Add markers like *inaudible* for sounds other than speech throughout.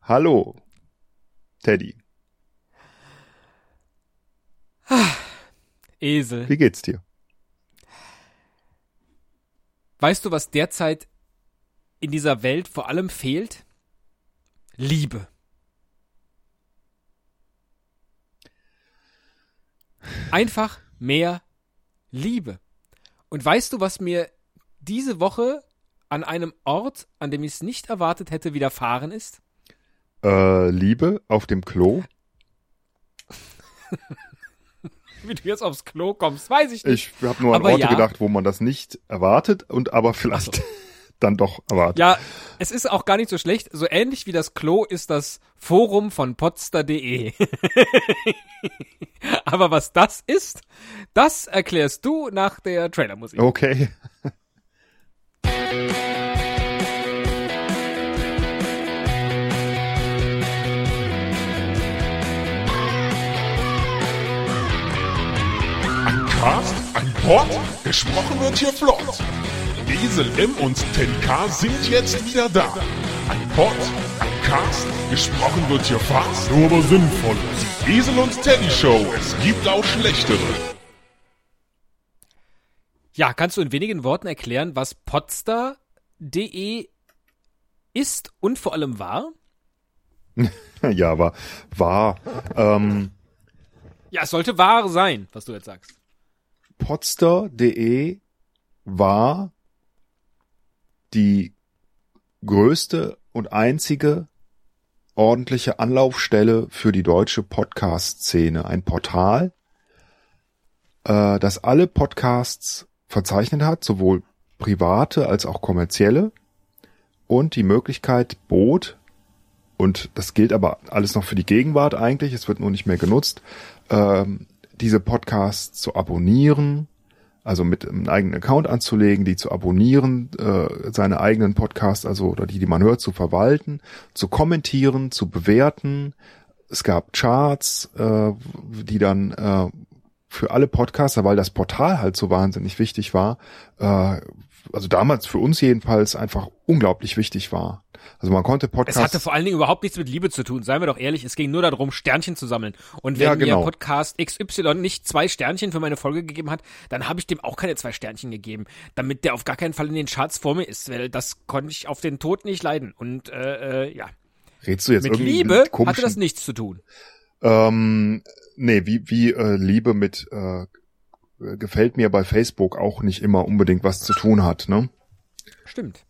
Hallo, Teddy. Esel. Wie geht's dir? Weißt du, was derzeit in dieser Welt vor allem fehlt? Liebe. Einfach mehr Liebe. Und weißt du, was mir diese Woche an einem Ort, an dem ich es nicht erwartet hätte, widerfahren ist? Äh, Liebe auf dem Klo? Wie du jetzt aufs Klo kommst, weiß ich nicht. Ich habe nur an Aber Orte ja. Also. gedacht, wo man das nicht erwartet und aber vielleicht *laughs* dann doch erwartet. Ja, es ist auch gar nicht so schlecht. So ähnlich wie das Klo ist das Forum von potster.de. *laughs* Aber was das ist, das erklärst du nach der Trailermusik. Okay. *laughs* Ein Cast, ein Pod, gesprochen wird hier flott. Esel M und Teddy K sind jetzt wieder da. Ein Pod, ein Cast, gesprochen wird hier fast, nur aber sinnvoll. Die Esel und Teddy Show, es gibt auch schlechtere. Ja, kannst du in wenigen Worten erklären, was potster.de ist und vor allem war? Ja, war, war, ähm, Ja, es sollte wahr sein, was du jetzt sagst. Podster.de war die größte und einzige ordentliche Anlaufstelle für die deutsche Podcast-Szene. Ein Portal, äh, das alle Podcasts verzeichnet hat, sowohl private als auch kommerzielle und die Möglichkeit bot, und das gilt aber alles noch für die Gegenwart eigentlich, es wird nur nicht mehr genutzt, ähm, diese Podcasts zu abonnieren, also mit einem eigenen Account anzulegen, die zu abonnieren, äh, seine eigenen Podcasts, also oder die, die man hört, zu verwalten, zu kommentieren, zu bewerten. Es gab Charts, äh, die dann äh, für alle Podcaster, weil das Portal halt so wahnsinnig wichtig war, äh, also damals für uns jedenfalls einfach unglaublich wichtig war. Also man konnte Es Podcasts. hatte vor allen Dingen überhaupt nichts mit Liebe zu tun, seien wir doch ehrlich, es ging nur darum, Sternchen zu sammeln. Und wenn Ja, genau. mir Podcast XY nicht zwei Sternchen für meine Folge gegeben hat, dann habe ich dem auch keine zwei Sternchen gegeben, damit der auf gar keinen Fall in den Charts vor mir ist, weil das konnte ich auf den Tod nicht leiden. Und äh, äh, ja, Redst du jetzt mit irgendwie Liebe komischen, hatte das nichts zu tun. Ähm, nee, wie, wie äh, Liebe mit äh, gefällt mir bei Facebook auch nicht immer unbedingt was zu tun hat. Ne? Stimmt.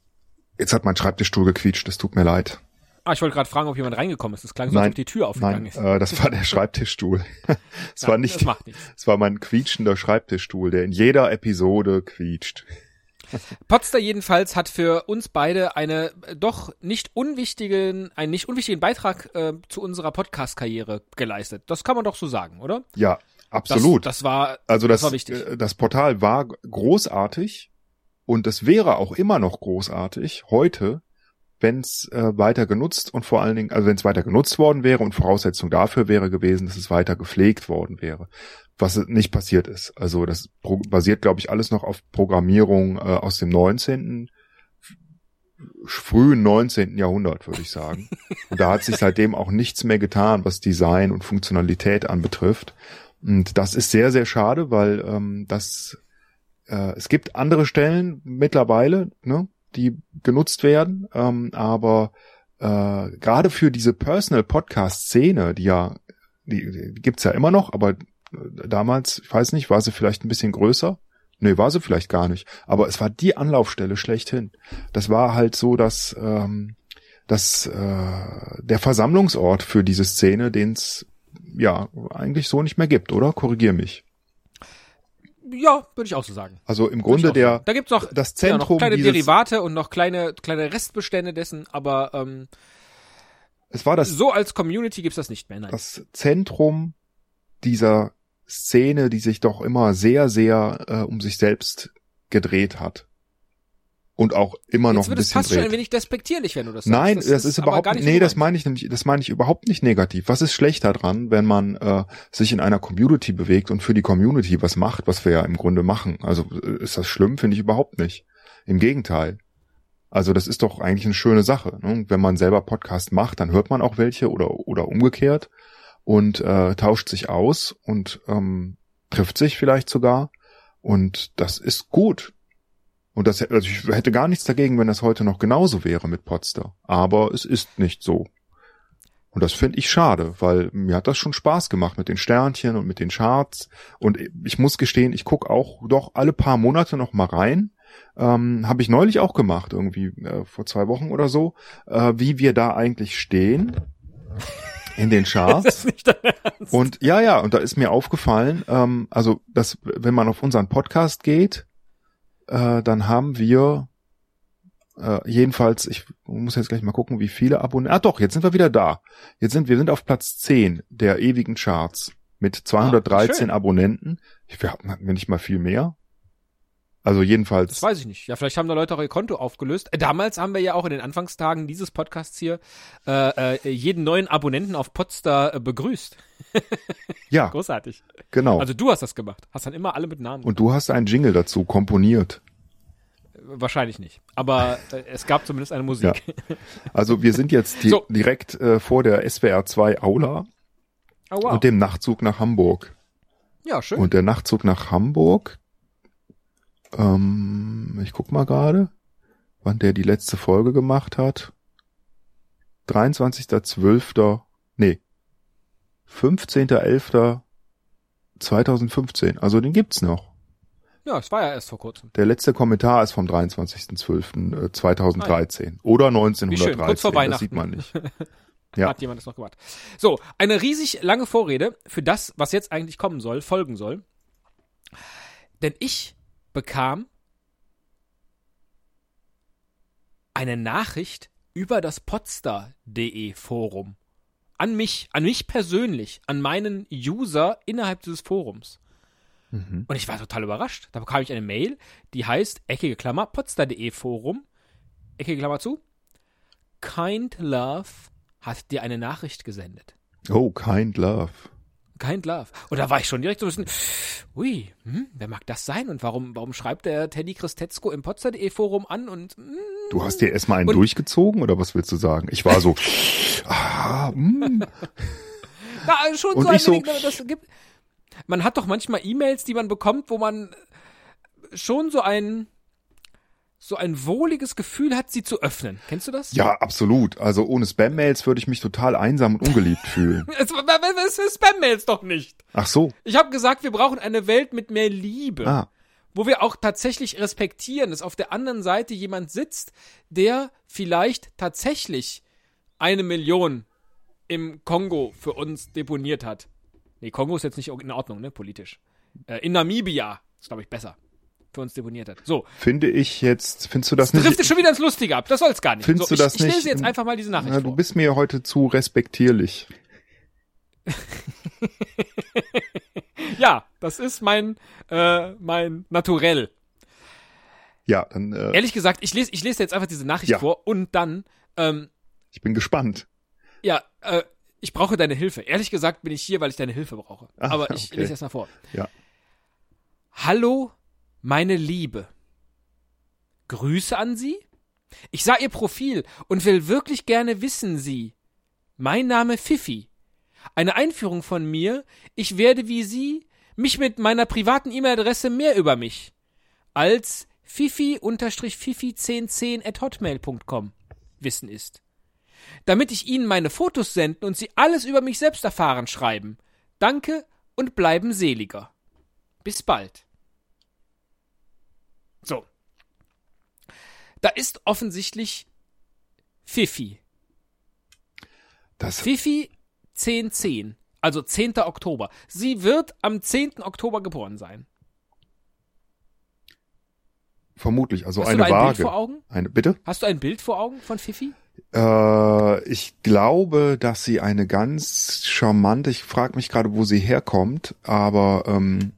Jetzt hat mein Schreibtischstuhl gequietscht, das tut mir leid. Ah, ich wollte gerade fragen, ob jemand reingekommen ist. Das klang so, als Nein, ob die Tür aufgegangen Nein, ist. äh, das war *laughs* der Schreibtischstuhl. *laughs* Es Ja, war Das nicht, macht nichts. *laughs* es war mein quietschender Schreibtischstuhl, der in jeder Episode quietscht. Potsdam jedenfalls hat für uns beide eine äh, doch nicht unwichtigen, einen nicht unwichtigen Beitrag äh, zu unserer Podcast-Karriere geleistet. Das kann man doch so sagen, oder? Ja, Das, absolut. Das war also das, das war wichtig. äh, das Portal war großartig und es wäre auch immer noch großartig heute, wenn es äh, weiter genutzt und vor allen Dingen, also wenn es weiter genutzt worden wäre und Voraussetzung dafür wäre gewesen, dass es weiter gepflegt worden wäre, was nicht passiert ist. Also das pro- basiert, glaube ich, alles noch auf Programmierung äh, aus dem 19., frühen 19. Jahrhundert, würde ich *laughs* sagen. Und da hat sich seitdem auch nichts mehr getan, was Design und Funktionalität anbetrifft. Und das ist sehr, sehr schade, weil ähm, das äh, es gibt andere Stellen mittlerweile, ne, die genutzt werden, ähm, aber äh, gerade für diese Personal Podcast Szene, die ja die, die gibt's ja immer noch, aber äh, damals, ich weiß nicht, war sie vielleicht ein bisschen größer? Nee, war sie vielleicht gar nicht. Aber es war die Anlaufstelle schlechthin. Das war halt so, dass ähm, dass äh, der Versammlungsort für diese Szene, den es ja eigentlich so nicht mehr gibt, oder? Korrigier mich. ja, würde ich auch so sagen. Also im Würd ich Grunde auch sagen. der Da gibt's noch, das ja, noch Zentrum kleine dieses Derivate und noch kleine kleine Restbestände dessen, aber ähm, es war das so als Community gibt's das nicht mehr. Nein. das Zentrum dieser Szene, die sich doch immer sehr sehr äh, um sich selbst gedreht hat und auch immer noch Jetzt ein wird es bisschen fast schon ein dreht. wenig despektierlich, wenn du das sagst. Nein, das, ist, aber überhaupt gar nicht nee, das gemeint. meine ich nämlich, das meine ich überhaupt nicht negativ. Was ist schlecht daran, wenn man äh, sich in einer Community bewegt und für die Community was macht, was wir ja im Grunde machen? Also äh, ist das schlimm? Finde ich überhaupt nicht. Im Gegenteil. Also das ist doch eigentlich eine schöne Sache. Ne? Und wenn man selber Podcast macht, dann hört man auch welche oder, oder umgekehrt und äh, tauscht sich aus und ähm, trifft sich vielleicht sogar. Und das ist gut. Und das, also ich hätte gar nichts dagegen, wenn das heute noch genauso wäre mit Podster. Aber es ist nicht so. Und das finde ich schade, weil mir hat das schon Spaß gemacht mit den Sternchen und mit den Charts. Und ich muss gestehen, ich gucke auch doch alle paar Monate noch mal rein. Ähm, Habe ich neulich auch gemacht, irgendwie äh, vor zwei Wochen oder so, äh, wie wir da eigentlich stehen in den *laughs* Charts. Und ja, ja, und da ist mir aufgefallen, ähm, also dass wenn man auf unseren Podcast geht, äh, dann haben wir äh, jedenfalls, ich muss jetzt gleich mal gucken, wie viele Abonnenten. Ah doch, jetzt sind wir wieder da. Jetzt sind wir sind auf Platz 10 der ewigen Charts mit 213 Ah, schön. Abonnenten. Ich, wir hatten hatten wir nicht mal viel mehr. Also jedenfalls. Das weiß ich nicht. Ja, vielleicht haben da Leute auch ihr Konto aufgelöst. Äh, Damals haben wir ja auch in den Anfangstagen dieses Podcasts hier äh, äh, jeden neuen Abonnenten auf Potsdam äh, begrüßt. ja, Großartig. genau. Also du hast das gemacht. Hast dann immer alle mit Namen. Äh, und du hast einen Jingle dazu komponiert. Wahrscheinlich nicht. Aber äh, es gab zumindest eine Musik. Also wir sind jetzt di So. direkt äh, vor der SWR 2 Aula *laughs* Oh, wow. und dem Nachtzug nach Hamburg. ja, schön. Und der Nachtzug nach Hamburg, ähm, ich guck mal gerade, wann der die letzte Folge gemacht hat. 23.12., nee, 15.11.2015, also den gibt's noch. ja, es war ja erst vor kurzem. Der letzte Kommentar ist vom 23.12.2013 oder Wie 1913, schön, kurz vor das sieht Weihnachten. man *laughs* nicht. Ja. Hat jemand das noch gemacht. So, eine riesig lange Vorrede für das, was jetzt eigentlich kommen soll, folgen soll. Denn ich bekam eine Nachricht über das podstar.de Forum. An mich, an mich persönlich, an meinen User innerhalb dieses Forums. Mhm. Und ich war total überrascht. Da bekam ich eine Mail, die heißt eckige Klammer potsdar.de Forum. Eckige Klammer zu. Kind Love hat dir eine Nachricht gesendet. Oh, kind love. Kind Love. Und da war ich schon direkt so ein bisschen, ui, hm, wer mag das sein? Und warum, warum schreibt der Teddy Christetzko im potsdar.de Forum an? Und hm, Du hast dir erstmal einen Und- durchgezogen oder was willst du sagen? Ich war *laughs* so, ah, mm, da schon Und so ein ich so, wenig, aber das gibt. Man hat doch manchmal E-Mails, die man bekommt, wo man schon so ein, so ein wohliges Gefühl hat, sie zu öffnen. Kennst du das? ja, absolut. Also ohne Spam-Mails würde ich mich total einsam und *laughs* ungeliebt fühlen. Es, es, es Spam-Mails doch nicht. Ach so, Ich habe gesagt, wir brauchen eine Welt mit mehr Liebe, ah, wo wir auch tatsächlich respektieren, dass auf der anderen Seite jemand sitzt, der vielleicht tatsächlich eine Million im Kongo für uns deponiert hat. Nee, Kongo ist jetzt nicht in Ordnung, ne, politisch. Äh, in Namibia ist, glaube ich, besser. Für uns deponiert hat. So, finde ich jetzt, findest du das trifft nicht? es schon wieder ins Lustige ab. Das soll's gar nicht. Findest so, du das ich, ich nicht- lese jetzt einfach mal diese Nachricht Na, vor. du bist mir heute zu respektierlich. ja, das ist mein, äh, mein Naturell. Ja, dann, äh, Ehrlich gesagt, ich lese, ich lese jetzt einfach diese Nachricht Ja. vor und dann, ähm, ich bin gespannt. ja, äh, ich brauche deine Hilfe. Ehrlich gesagt bin ich hier, weil ich deine Hilfe brauche. Ah, Aber ich okay. lese erst mal vor. Ja. Hallo, meine Liebe. Grüße an Sie. Ich sah Ihr Profil und will wirklich gerne wissen Sie. Mein Name Fifi. Eine Einführung von mir. Ich werde wie Sie mich mit meiner privaten E-Mail-Adresse mehr über mich als fifi-fifi1010 at hotmail.com wissen ist damit ich Ihnen meine Fotos senden und Sie alles über mich selbst erfahren schreiben. Danke und bleiben seliger. Bis bald. So. Da ist offensichtlich Fifi. Das, Fifi 1010, also 10. Oktober. Sie wird am 10. Oktober geboren sein. vermutlich, also Hast eine du da ein Bild vor Waage. Augen? Eine, bitte? Hast du ein Bild vor Augen von Fifi? Äh, ich glaube, dass sie eine ganz charmante, ich frage mich gerade, wo sie herkommt, aber ähm,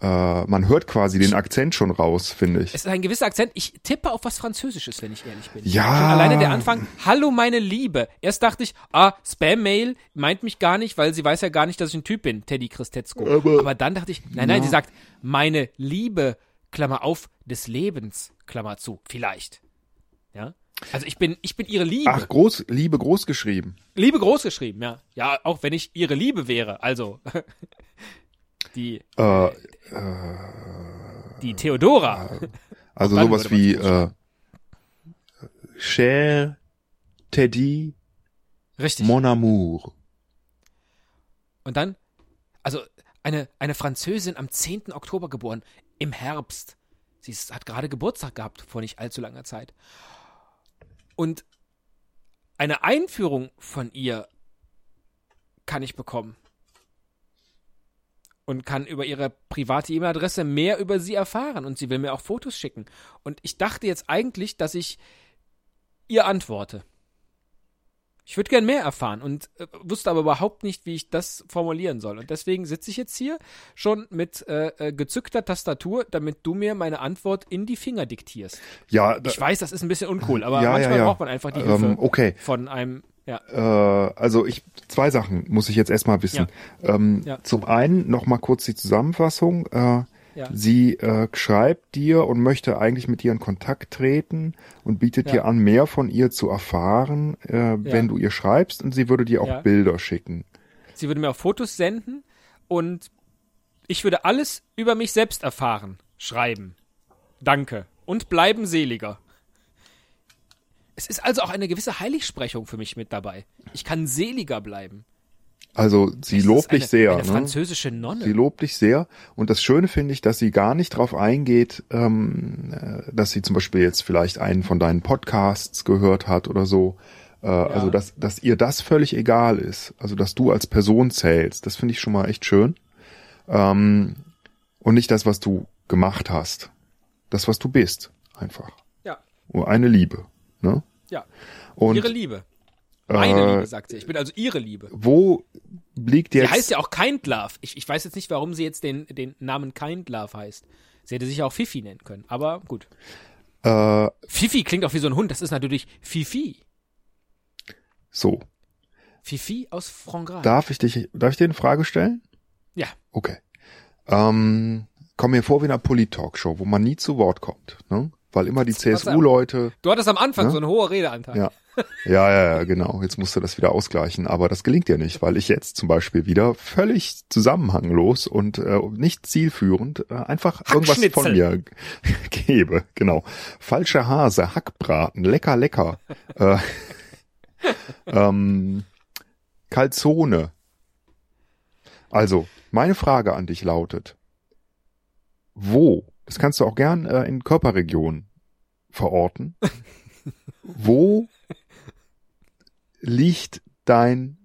äh, man hört quasi den Akzent schon raus, finde ich. Es ist ein gewisser Akzent. Ich tippe auf was Französisches, wenn ich ehrlich bin. Ja. Schon alleine der Anfang. Hallo, meine Liebe. Erst dachte ich, ah, Spam-Mail meint mich gar nicht, weil sie weiß ja gar nicht, dass ich ein Typ bin, Teddy Christetzko. Aber- Aber, dann dachte ich, nein, nein, sie sagt, meine Liebe, Klammer auf, des Lebens, Klammer zu. Vielleicht. Ja? Also ich bin, ich bin ihre Liebe. Ach, groß, Liebe groß geschrieben. Liebe groß geschrieben, ja. Ja, auch wenn ich ihre Liebe wäre. Also, *laughs* die, Äh, die Theodora. also dann sowas würde wie äh, Cher, Teddy, Richtig. Mon Amour. Und dann, also eine, eine Französin am 10. Oktober geboren, im Herbst. Sie ist, hat gerade Geburtstag gehabt, vor nicht allzu langer Zeit. Und eine Einführung von ihr kann ich bekommen. Und kann über ihre private E-Mail-Adresse mehr über sie erfahren. Und sie will mir auch Fotos schicken. Und ich dachte jetzt eigentlich, dass ich ihr antworte. Ich würde gern mehr erfahren und äh, wusste aber überhaupt nicht, wie ich das formulieren soll. Und deswegen sitze ich jetzt hier schon mit äh, äh, gezückter Tastatur, damit du mir meine Antwort in die Finger diktierst. Ja, da, Ich weiß, das ist ein bisschen uncool, aber Ja, ja, manchmal ja. braucht man einfach die Hilfe ähm, okay. von einem. Ja, Äh, also ich zwei Sachen muss ich jetzt erstmal wissen. Ähm, Ja. Zum einen noch mal kurz die Zusammenfassung. Äh, ja. Sie äh, schreibt dir und möchte eigentlich mit dir in Kontakt treten und bietet Ja. dir an, mehr von ihr zu erfahren, äh, wenn du ihr schreibst. Und sie würde dir auch Ja. Bilder schicken. Sie würde mir auch Fotos senden und ich würde alles über mich selbst erfahren. Schreiben. Danke. Und bleiben seliger. Es ist also auch eine gewisse Heiligsprechung für mich mit dabei. Ich kann seliger bleiben. Also sie Das ist lobt eine, dich sehr. Eine ne? französische Nonne. Sie lobt dich sehr. Und das Schöne finde ich, dass sie gar nicht drauf eingeht, ähm, äh, dass sie zum Beispiel jetzt vielleicht einen von deinen Podcasts gehört hat oder so. Äh, Also, dass, dass ihr das völlig egal ist. Also, dass du als Person zählst. Das finde ich schon mal echt schön. Ähm, und nicht das, was du gemacht hast. Das, was du bist. Einfach. ja, Und eine Liebe. Ne? ja. Und ihre Liebe. Meine äh, Liebe, sagt sie. Ich bin also ihre Liebe. wo liegt Sie jetzt... heißt ja auch Kindlove. Ich, ich weiß jetzt nicht, warum sie jetzt den, den Namen Kindlove heißt. Sie hätte sich ja auch Fifi nennen können, aber gut. äh, Fifi klingt auch wie so ein Hund. Das ist natürlich Fifi. so, Fifi aus Frankreich. darf ich dich, darf ich dir eine Frage stellen? Ja, Okay. Ähm, komm mir vor wie in einer Polit-Talkshow, wo man nie zu Wort kommt, ne? Weil immer die Pass auf. CSU-Leute. du hattest am Anfang Ne? so einen hohen Redeanteil. Ja. Ja, ja, ja, genau. Jetzt musst du das wieder ausgleichen, aber das gelingt dir nicht, weil ich jetzt zum Beispiel wieder völlig zusammenhanglos und äh, nicht zielführend äh, einfach irgendwas von mir *laughs* gebe. Genau. Falscher Hase, Hackbraten, lecker, lecker. äh, ähm, Calzone. Also, meine Frage an dich lautet, wo, das kannst du auch gern äh, in Körperregionen verorten, wo liegt dein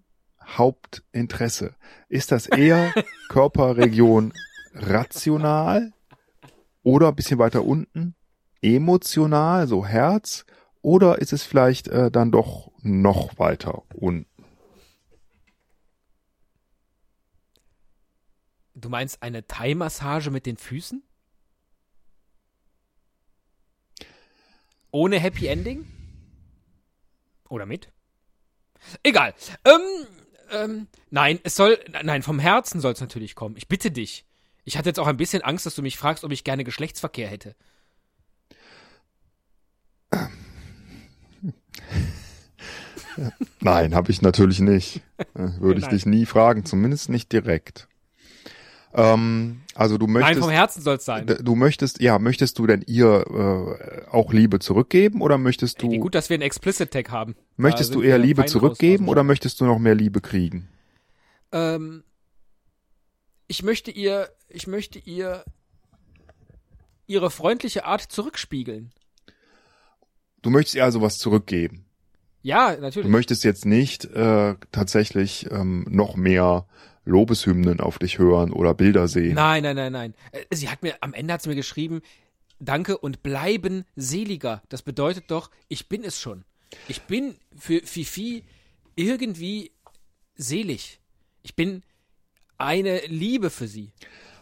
Hauptinteresse? Ist das *laughs* eher Körperregion rational oder ein bisschen weiter unten emotional, so Herz? Oder ist es vielleicht äh, dann doch noch weiter unten? Du meinst eine Thai-Massage mit den Füßen? Ohne Happy Ending? Oder mit? Egal. Ähm, ähm, nein, es soll, nein, vom Herzen soll es natürlich kommen. Ich bitte dich. Ich hatte jetzt auch ein bisschen Angst, dass du mich fragst, ob ich gerne Geschlechtsverkehr hätte. Nein, habe ich natürlich nicht. Äh, Würde ich Nein. dich nie fragen, zumindest nicht direkt. Ähm, also du nein, möchtest, vom Herzen soll es sein. d- du möchtest, ja, möchtest du denn ihr äh, auch Liebe zurückgeben oder möchtest Wie du, gut, dass wir einen Explicit Tag haben. möchtest Da du sind eher wir Liebe fein zurückgeben raus aus oder möchtest du noch mehr Liebe kriegen? ähm, ich möchte ihr, ich möchte ihr ihre freundliche Art zurückspiegeln. Du möchtest ihr also was zurückgeben. Ja, Du natürlich. möchtest jetzt nicht äh, tatsächlich ähm, noch mehr Lobeshymnen auf dich hören oder Bilder sehen. Nein, nein, nein, nein. Äh, Sie hat mir, am Ende hat sie mir geschrieben, danke und bleiben seliger. Das bedeutet doch, ich bin es schon. Ich bin für Fifi irgendwie selig. Ich bin eine Liebe für sie.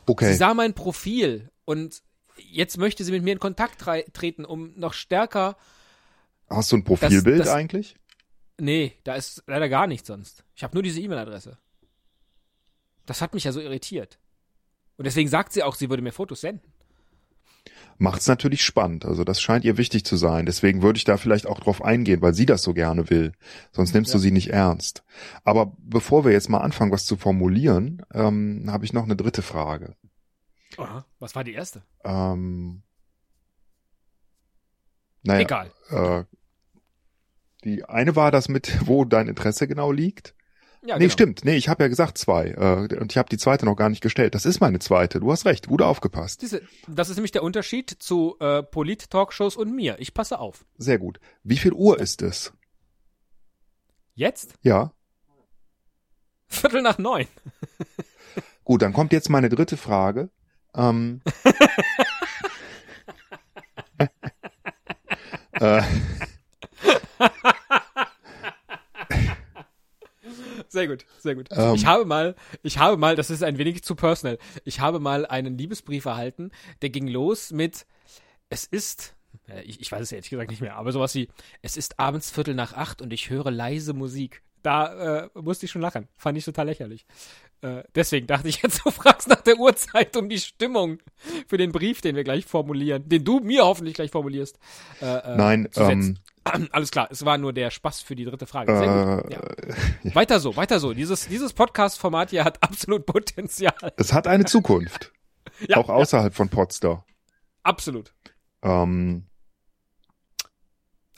okay. Sie sah mein Profil und jetzt möchte sie mit mir in Kontakt tre treten, um noch stärker Hast du ein Profilbild das- eigentlich? Nee, da ist leider gar nichts sonst. Ich habe nur diese E-Mail-Adresse. Das hat mich ja so irritiert. Und deswegen sagt sie auch, sie würde mir Fotos senden. macht's natürlich spannend. Also das scheint ihr wichtig zu sein. Deswegen würde ich da vielleicht auch drauf eingehen, weil sie das so gerne will. Sonst nimmst du sie nicht ernst. Aber bevor wir jetzt mal anfangen, was zu formulieren, ähm, habe ich noch eine dritte Frage. Aha. Was war die erste? Ähm, naja, Egal. Äh, die eine war das mit, wo dein Interesse genau liegt. Ja, nee, genau. stimmt. Nee, ich habe ja gesagt zwei. Äh, und ich habe die zweite noch gar nicht gestellt. Das ist meine zweite. Du hast recht. Gut aufgepasst. Siehste, das ist nämlich der Unterschied zu äh, Polit-Talkshows und mir. Ich passe auf. Sehr gut. Wie viel Uhr ist es? Jetzt? *laughs* Ja. Viertel nach neun. Gut, dann kommt jetzt meine dritte Frage. Ähm, äh, Sehr gut, sehr gut. Ähm. ich habe mal, ich habe mal, das ist ein wenig zu personal, ich habe mal einen Liebesbrief erhalten, der ging los mit, es ist, äh, ich, ich weiß es ehrlich gesagt nicht mehr, aber sowas wie, es ist abends Viertel nach acht und ich höre leise Musik. Da äh, musste ich schon lachen. Fand ich total lächerlich. Äh, deswegen dachte ich *laughs* jetzt, du fragst nach der Uhrzeit um die Stimmung für den Brief, den wir gleich formulieren, den du mir hoffentlich gleich formulierst. Äh, äh, nein, zu setzen. ähm, *clears throat* Alles klar, es war nur der Spaß für die dritte Frage. Sehr gut. Ja. äh, Weiter so, weiter so. Dieses, dieses Podcast-Format hier hat absolut Potenzial. es hat eine Zukunft. *laughs* Ja, auch außerhalb von Potsdam. Absolut. Ähm,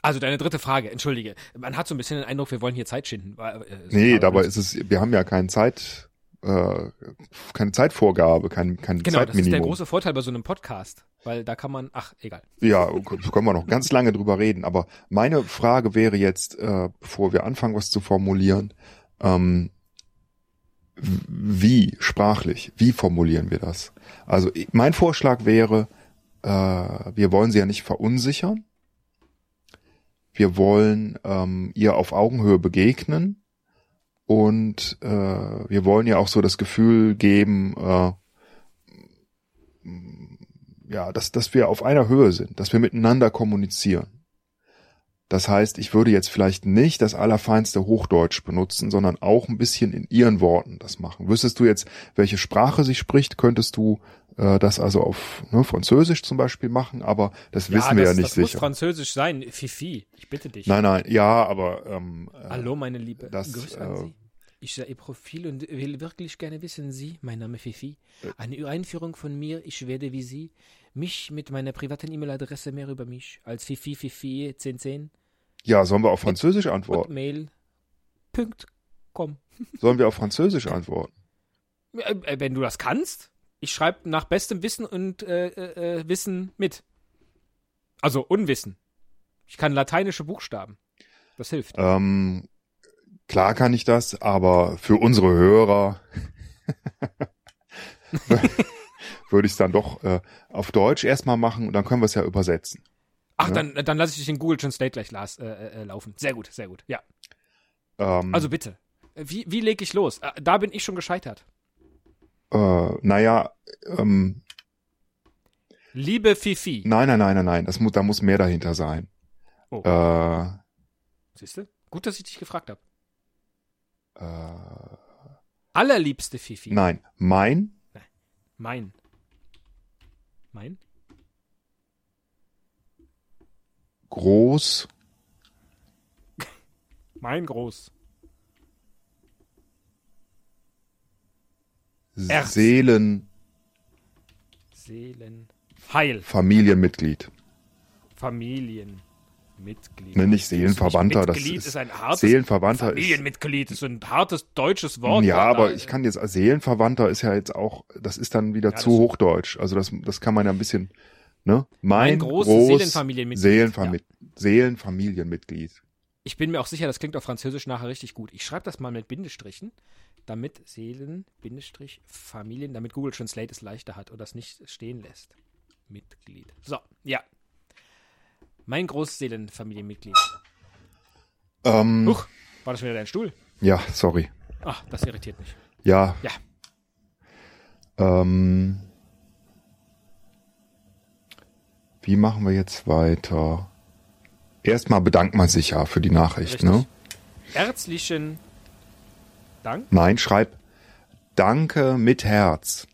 Also deine dritte Frage, entschuldige. Man hat so ein bisschen den Eindruck, wir wollen hier Zeit schinden. War, äh, so- Nee, aber- dabei ist es, wir haben ja keine Zeit, äh, keine Zeitvorgabe, kein, kein Genau, das ist der Zeitminimum. große Vorteil bei so einem Podcast. Weil da kann man, ach, egal. ja, okay, können wir noch ganz lange drüber reden. Aber meine Frage wäre jetzt, äh, bevor wir anfangen, was zu formulieren, ähm, w- wie sprachlich, wie formulieren wir das? Also i- mein Vorschlag wäre, äh, wir wollen sie ja nicht verunsichern. Wir wollen ähm, ihr auf Augenhöhe begegnen und äh, wir wollen ihr auch so das Gefühl geben, äh, ja, dass, dass wir auf einer Höhe sind, dass wir miteinander kommunizieren. Das heißt, ich würde jetzt vielleicht nicht das allerfeinste Hochdeutsch benutzen, sondern auch ein bisschen in ihren Worten das machen. Wüsstest du jetzt, welche Sprache sie spricht, könntest du äh, das also auf ne, Französisch zum Beispiel machen, aber das wissen wir ja das, das nicht muss sicher. französisch sein. Fifi, ich bitte dich. Nein, nein, ja, aber ähm, äh, Hallo, meine Liebe. das, Grüß an äh, Sie. Ich sah Ihr Profil und will wirklich gerne wissen, Sie, mein Name Fifi, Äh. eine Einführung von mir, ich werde wie Sie, mich mit meiner privaten E-Mail-Adresse mehr über mich, als Fifi Fifi 1010 ja, sollen wir auf Französisch *laughs* antworten? hotmail.com. Sollen wir auf Französisch antworten? Äh, äh, Wenn du das kannst, ich schreibe nach bestem Wissen und äh, äh, äh, Wissen mit. Also Unwissen. Ich kann lateinische Buchstaben. Das hilft. Ähm, klar kann ich das, aber für unsere Hörer *laughs* würde ich es dann doch äh, auf Deutsch erstmal machen und dann können wir es ja übersetzen. Ach, ja. dann, dann lasse ich dich in Google Translate gleich las, äh, äh, laufen. Sehr gut, sehr gut. Ja. Ähm, Also bitte. Äh, Wie, wie lege ich los? Äh, Da bin ich schon gescheitert. äh, naja, ähm, Liebe Fifi. nein, nein, nein, nein, nein, das muss, da muss mehr dahinter sein. Oh. Äh, Siehst du? Gut, dass ich dich gefragt habe. äh, Allerliebste Fifi. nein, mein Mein. Mein? groß Mein groß. Erz. Seelenfamilienmitglied. Seelen. Heil. Familienmitglied. Familienmitglied. Ne, nicht Seelenverwandter, das Mitglied ist- ist ein hartes Seelenverwandter ist Familienmitglied ist ein hartes deutsches Wort. Ja, Da- äh, aber ich kann jetzt als Seelenverwandter ist ja jetzt auch, das ist dann wieder Ja, zu das- hochdeutsch. Also das, das kann man ja ein bisschen, ne? Mein, Mein großes groß Seelenfamilienmitglied. Seelenfamil Seelenfamilienmitglied. Ich bin mir auch sicher, das klingt auf Französisch nachher richtig gut. Ich schreibe das mal mit Bindestrichen, damit Seelen, Bindestrich, Familien, damit Google Translate es leichter hat und das nicht stehen lässt. Mitglied. So, ja. Mein Großseelenfamilienmitglied. Ähm, Huch, war das schon wieder dein Stuhl? ja, sorry. Ach, das irritiert mich. Ja. Ja. Ähm, wie machen wir jetzt weiter? Erstmal bedankt man sich ja für die Nachricht, Richtig. ne? Herzlichen Dank. Nein, schreib Danke mit Herz.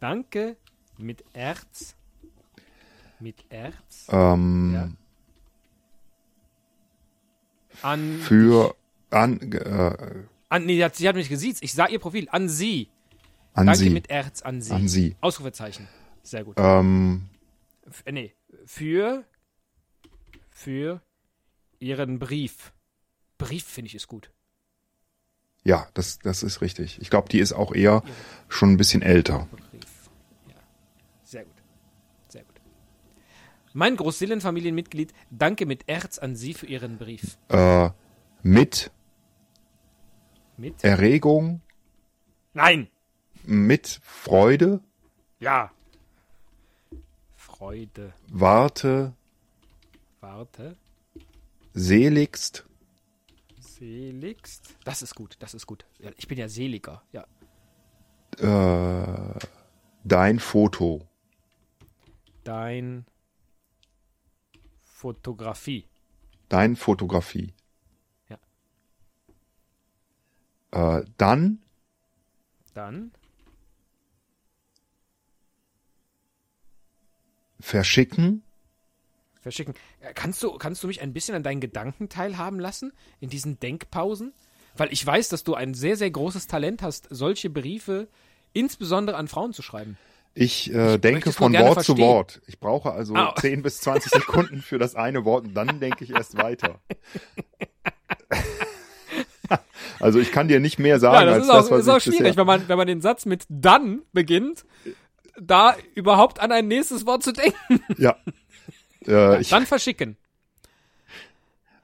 Danke mit Herz Mit Erz? Ähm, Ja. An, Für an, äh, an, nee, sie hat, sie hat mich gesiezt. Ich sah ihr Profil. An sie. an Danke sie. mit Erz. An sie. An sie. Ausrufezeichen. Sehr gut. Ähm, F äh, nee. Für, für ihren Brief. Brief finde ich ist gut. ja, das, das ist richtig. Ich glaube, die ist auch eher schon ein bisschen älter. Brief. Ja. Sehr gut. Sehr gut. Mein Großseelenfamilienmitglied, danke mit Erz an Sie für Ihren Brief. Äh, mit Mit? Äh. Erregung, Nein! mit Freude, Ja! Freude. warte, Warte. seligst, Seligst. Das ist gut, das ist gut. Ja, ich bin ja seliger. Ja. äh, dein Foto. Dein Fotografie. Dein Fotografie. Ja. Äh, dann Dann verschicken. verschicken. Äh, Kannst du, kannst du mich ein bisschen an deinen Gedanken teilhaben lassen in diesen Denkpausen? Weil ich weiß, dass du ein sehr, sehr großes Talent hast, solche Briefe insbesondere an Frauen zu schreiben. Ich äh, denke möchtest von nur gerne Wort zu verstehen. Wort. Ich brauche also Au. 10 bis *laughs* 20 Sekunden für das eine Wort und dann denke ich erst weiter. also ich kann dir nicht mehr sagen als das, was ich bisher... wenn man, wenn man den Satz mit dann beginnt, da überhaupt an ein nächstes Wort zu denken. Ja. Äh, ich, Dann verschicken.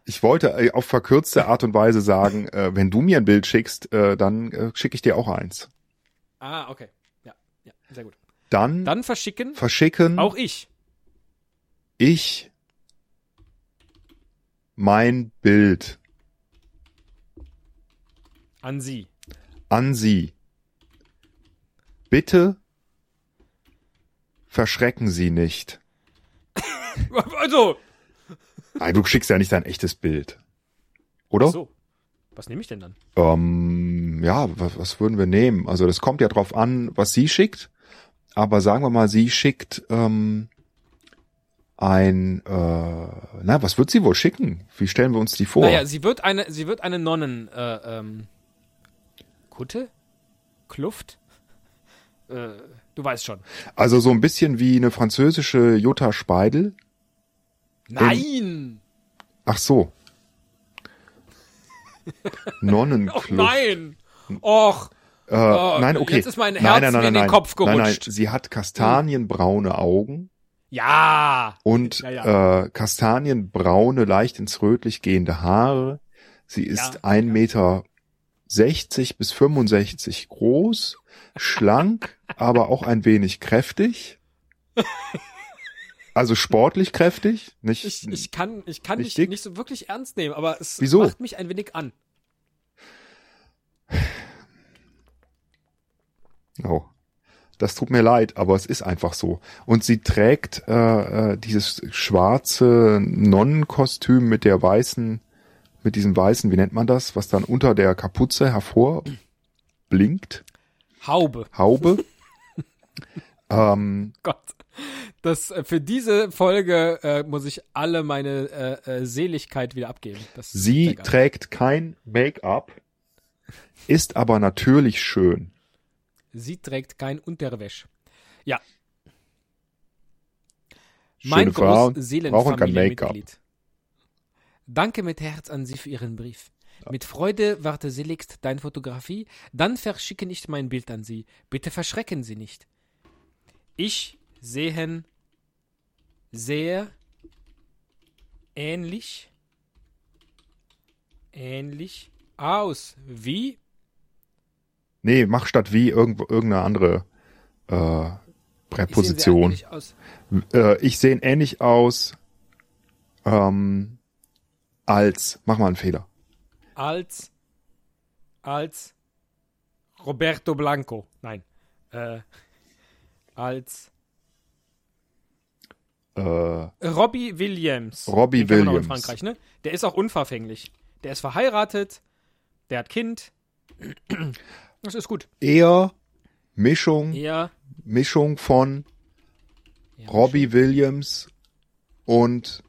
ich wollte äh, auf verkürzte Art und Weise sagen, äh, wenn du mir ein Bild schickst, äh, dann äh, schicke ich dir auch eins. Ah, okay. Ja, ja, sehr gut. Dann, Dann verschicken verschicken auch ich ich mein Bild *laughs* an sie. *laughs* an Sie. Bitte verschrecken Sie nicht. Also, Nein, du schickst ja nicht dein echtes Bild. Oder? so. Was nehme ich denn dann? Ähm, ja, was, was würden wir nehmen? Also das kommt ja drauf an, was sie schickt. Aber sagen wir mal, sie schickt ähm, ein, äh, na, was wird sie wohl schicken? Wie stellen wir uns die vor? Naja, sie wird eine, sie wird eine Nonnen, äh, ähm, Kutte? Kluft? Äh, du weißt schon. also so ein bisschen wie eine französische Jutta Speidel. Nein! Ach *laughs* so. Och Nonnenkluft. Oh, nein! Hm. Och! Äh, nein, okay. Oh, jetzt ist mein Nein, Herz nein, mir nein, in den nein. Kopf Nein, nein. gerutscht. Sie hat kastanienbraune Augen Ja! und Ja, ja. Äh, kastanienbraune, leicht ins Rötlich gehende Haare. Sie ist Ja, 1,60 Meter bis 65 groß, schlank, aber auch ein wenig kräftig. *laughs* Also sportlich kräftig, nicht? Ich, ich kann, ich kann Nicht dich dick? nicht so wirklich ernst nehmen, aber es Wieso? macht mich ein wenig an. Oh. Das tut mir leid, aber es ist einfach so. Und sie trägt äh, äh, dieses schwarze Nonnenkostüm mit der weißen, mit diesem weißen, wie nennt man das, was dann unter der Kapuze hervorblinkt, Haube. *laughs* Haube. ähm, Gott. Das, äh, für diese Folge äh, muss ich alle meine äh, äh, Seligkeit wieder abgeben. Das ist sie sehr geil. trägt kein Make-up, ist aber natürlich schön. sie trägt kein Unterwäsch. Ja. Schöne mein Frauen brauchen kein Make-up. Großseelenfamilienmitglied. Danke mit Herz an Sie für Ihren Brief. Mit Freude warte seligst dein Fotografie, dann verschicke ich mein Bild an Sie. Bitte verschrecken Sie nicht. Ich sehen sehr ähnlich ähnlich aus wie Nee, mach statt wie irgendwo, irgendeine andere äh, Ich sehen sehr Präposition. ähnlich aus. äh, ich sehe ähnlich aus ähm, als, mach mal einen Fehler, als als Roberto Blanco. Nein. Äh, als äh, Robbie Williams. Robbie Den kennen wir noch In Williams. Frankreich, ne? Der ist auch unverfänglich. Der ist verheiratet, der hat Kind. *clears throat* Das ist gut. eher Mischung, Ja, Mischung von Robbie Williams und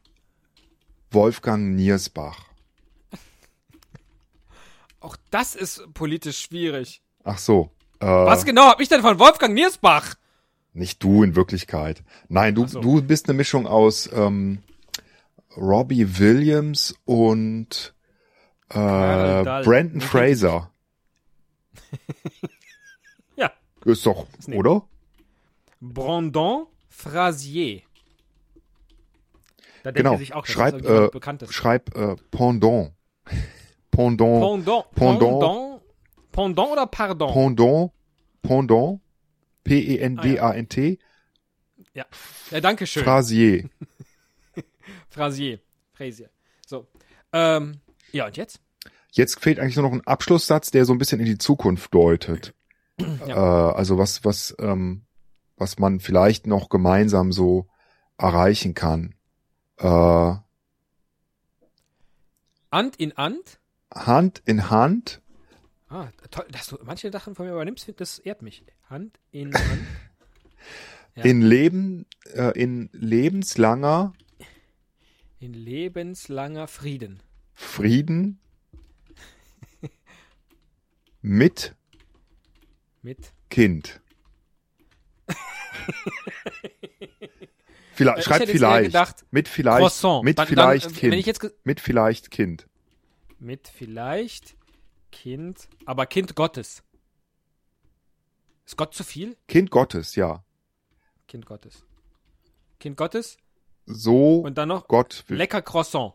Wolfgang Niersbach. Auch das ist politisch schwierig. Ach so. Äh, Was genau hab ich denn von Wolfgang Niersbach? Nicht du in Wirklichkeit. Nein, du, Ach so. du bist eine Mischung aus ähm, Robbie Williams und äh, Karl Dahl. Brandon Fraser. *laughs* Ja. Ist doch, nett. oder? Brandon Frasier. Da denkt Genau. er sich auch, dass schreib das irgendjemand äh, bekannt ist. schreib äh, Pendant. Pendant. Pendant, Pendant. Pendant. Pendant oder Pardon? Pendant. Pendant. E P-E-N-D-A-N-T. ja, danke schön. Phrasier. Frasier. Frasier. So. Ähm, ja, und jetzt? Jetzt fehlt eigentlich nur noch ein Abschlusssatz, der so ein bisschen in die Zukunft *clears throat* deutet. Äh, also was, was, ähm, was man vielleicht noch gemeinsam so erreichen kann. Äh, Ant in Ant. Hand in Hand. Ah, toll, dass du manche Sachen von mir übernimmst, find- das ehrt mich. Hand in Hand. Ja. In Leben, äh, in lebenslanger in lebenslanger Frieden. Frieden *laughs* mit Mit. Kind. *laughs* Äh, vielleicht, ich schreibt hätte jetzt eher vielleicht. gedacht, mit vielleicht. Croissant. Mit Dann- dann, vielleicht äh, Kind. Wenn ich jetzt ge- mit vielleicht Kind. mit vielleicht Kind, aber Kind Gottes. Ist Gott zu viel? Kind Gottes, ja. Kind Gottes. Kind Gottes So und dann noch Gott will. lecker Croissant.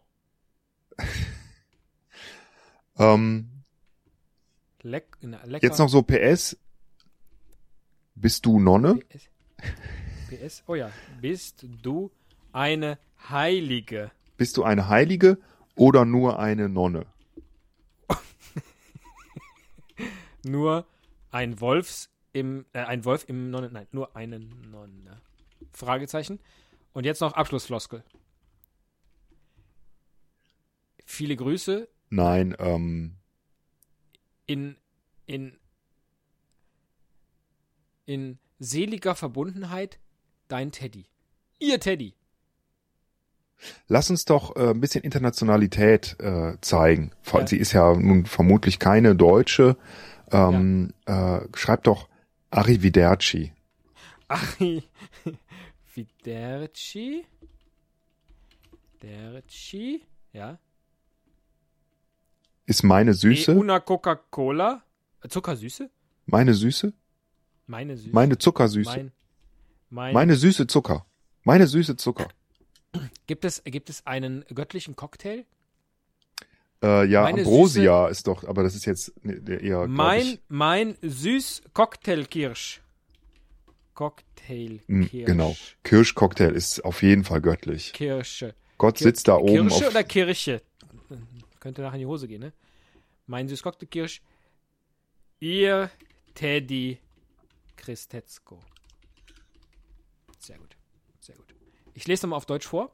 Ähm, Leck, na, lecker jetzt noch so PS. Bist du Nonne? PS. PS. Oh ja, bist du eine Heilige? Bist du eine Heilige oder nur eine Nonne? Nur ein Wolfs im äh, ein Wolf im Nonne, nein, nur eine Nonne. Fragezeichen. Und jetzt noch Abschlussfloskel. Viele Grüße Nein, ähm, in in in seliger Verbundenheit dein Teddy. Ihr Teddy. lass uns doch äh, ein bisschen Internationalität äh, zeigen. Ver- Ja. Sie ist ja nun vermutlich keine Deutsche. Ähm, äh, schreib doch Arrivederci. Ari *laughs* Fiderci. Derci. Ja. Ist meine E Süße, una Coca-Cola. Äh, Zuckersüße? meine Süße, Meine Süße. meine Zuckersüße, Mein, mein, meine süße Zucker, meine süße Zucker. Gibt es, gibt es einen göttlichen Cocktail? Äh, ja, Meine Ambrosia ist doch, aber das ist jetzt ne- der eher glaub mein, ich, mein süß Cocktailkirsch. m, Cocktailkirsch. genau. Kirschcocktail ist auf jeden Fall göttlich. Kirsche. Gott sitzt da oben Kirsche auf oder Kirche? Könnte nachher in die Hose gehen, ne? Mein süß Cocktailkirsch. Ihr Teddy Christetzko. Sehr gut. Sehr gut. Ich lese nochmal auf Deutsch vor.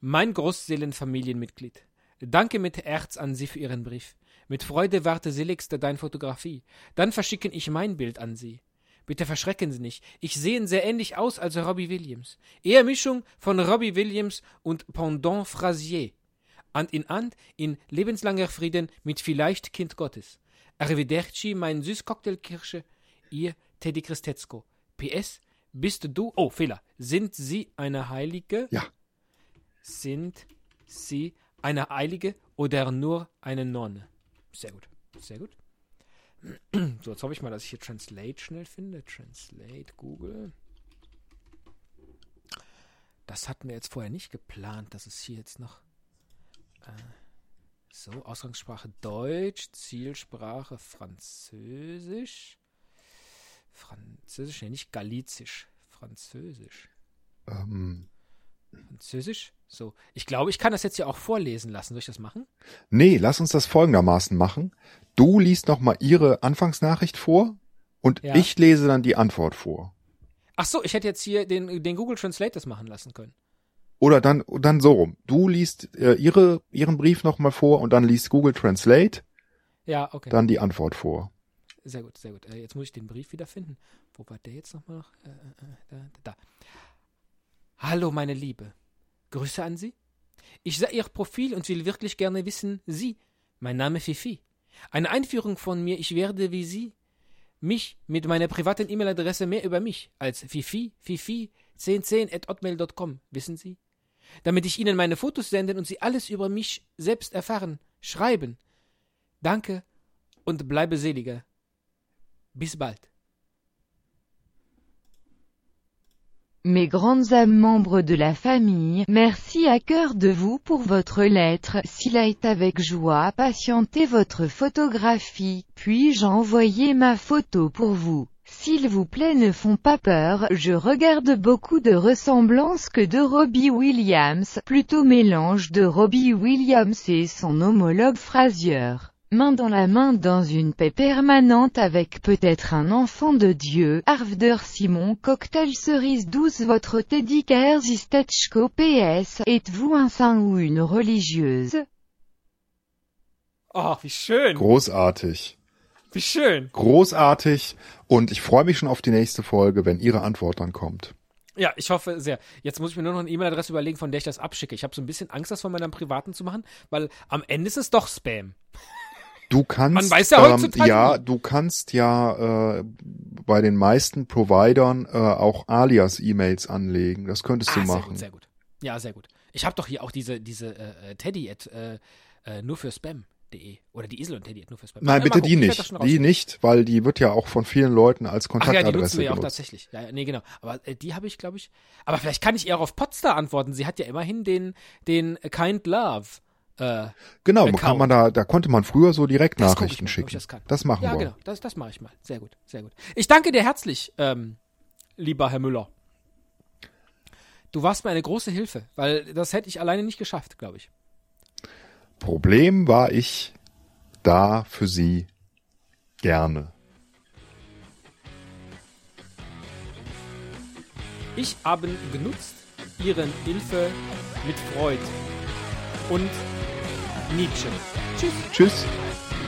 Mein Großseelenfamilienmitglied. Danke mit Herz an Sie für Ihren Brief. Mit Freude warte seligste dein Fotografie. Dann verschicke ich mein Bild an Sie. Bitte verschrecken Sie nicht. Ich sehe sehr ähnlich aus als Robbie Williams. Eher Mischung von Robbie Williams und Pendant Frasier. Hand in Hand in lebenslanger Frieden mit vielleicht Kind Gottes. Arrivederci, mein süß Cocktailkirsche. Ihr Teddy Christetzko. PS. Bist du. Oh, Fehler. Sind Sie eine Heilige? Ja. Sind Sie eine Heilige oder nur eine Nonne? Sehr gut. Sehr gut. So, jetzt hoffe ich mal, dass ich hier Translate schnell finde. Translate, Google. Das hatten wir jetzt vorher nicht geplant, dass es hier jetzt noch. Äh, so, Ausgangssprache Deutsch, Zielsprache Französisch. Französisch, nee, nicht Galizisch. Französisch. ähm, Französisch? So. Ich glaube, ich kann das jetzt ja auch vorlesen lassen. Soll ich das machen? Nee, lass uns das folgendermaßen machen. Du liest noch mal ihre Anfangsnachricht vor und Ja. ich lese dann die Antwort vor. Ach so, ich hätte jetzt hier den, den Google Translate das machen lassen können. Oder dann dann so rum. Du liest äh, ihre ihren Brief noch mal vor und dann liest Google Translate Ja, okay. dann die Antwort vor. Sehr gut, sehr gut. Äh, jetzt muss ich den Brief wieder finden. Wo war der jetzt nochmal? Äh, äh, äh, da, da, da. Hallo, meine Liebe. Grüße an Sie. Ich sah Ihr Profil und will wirklich gerne wissen, Sie. Mein Name Fifi. Eine Einführung von mir, ich werde wie Sie. Mich mit meiner privaten E-Mail-Adresse mehr über mich als Fifi, Fifi, 1010 at hotmail.com, wissen Sie? Damit ich Ihnen meine Fotos senden und Sie alles über mich selbst erfahren, schreiben. Danke und bleibe seliger. Bis bald. Mes grandes âmes membres de la famille, merci à cœur de vous pour votre lettre, s'il est avec joie patientez votre photographie, puis-je envoyer ma photo pour vous S'il vous plaît ne font pas peur, je regarde beaucoup de ressemblances que de Robbie Williams, plutôt mélange de Robbie Williams et son homologue Frasier main dans la main dans une paix permanente avec peut-être un enfant de Dieu, Arvder Simon Cocktail Cerise 12 Votre Teddy Kerzistechko PS, êtes-vous un saint ou une religieuse Oh, wie schön. Großartig. Wie schön. Großartig. Und ich freue mich schon auf die nächste Folge, wenn Ihre Antwort dann kommt. Ja, ich hoffe sehr. Jetzt muss ich mir nur noch eine E-Mail-Adresse überlegen, von der ich das abschicke. Ich habe so ein bisschen Angst, das von meinem privaten zu machen, weil am Ende ist es doch Spam. Du kannst, ähm, Man weiß ja heutzutage ja, nie. du kannst ja äh, bei den meisten Providern äh, auch Alias-E-Mails anlegen. Das könntest du Ah, sehr machen. gut, sehr gut. Ja, sehr gut. Ich habe doch hier auch diese, diese äh, äh, Teddy at äh, äh, nur für Spam.de oder die Isel und Teddy at nur für Spam. Nein, Äh, bitte mal gucken, die ich werd das nicht. schon Die rausfinden. nicht, weil die wird ja auch von vielen Leuten als Ach ja, die Kontaktadresse nutzen wir ja auch benutzt. tatsächlich. Ja, ja, nee, genau. Aber äh, die habe ich, glaube ich. Aber vielleicht kann ich eher auf Potsdam antworten. Sie hat ja immerhin den, den Kind Love. Äh, Genau, man Account. kann man da, da konnte man früher so direkt das guck ich Nachrichten mal, ob schicken. Ich das, kann. das machen ja, wir. genau. Das, das mache ich mal. Sehr gut, sehr gut. Ich danke dir herzlich, ähm, lieber Herr Müller. Du warst mir eine große Hilfe, weil das hätte ich alleine nicht geschafft, glaube ich. Problem war ich da für Sie gerne. Ich habe genutzt Ihren Hilfe mit Freud und Nietzsche. Tschüss. Tschüss.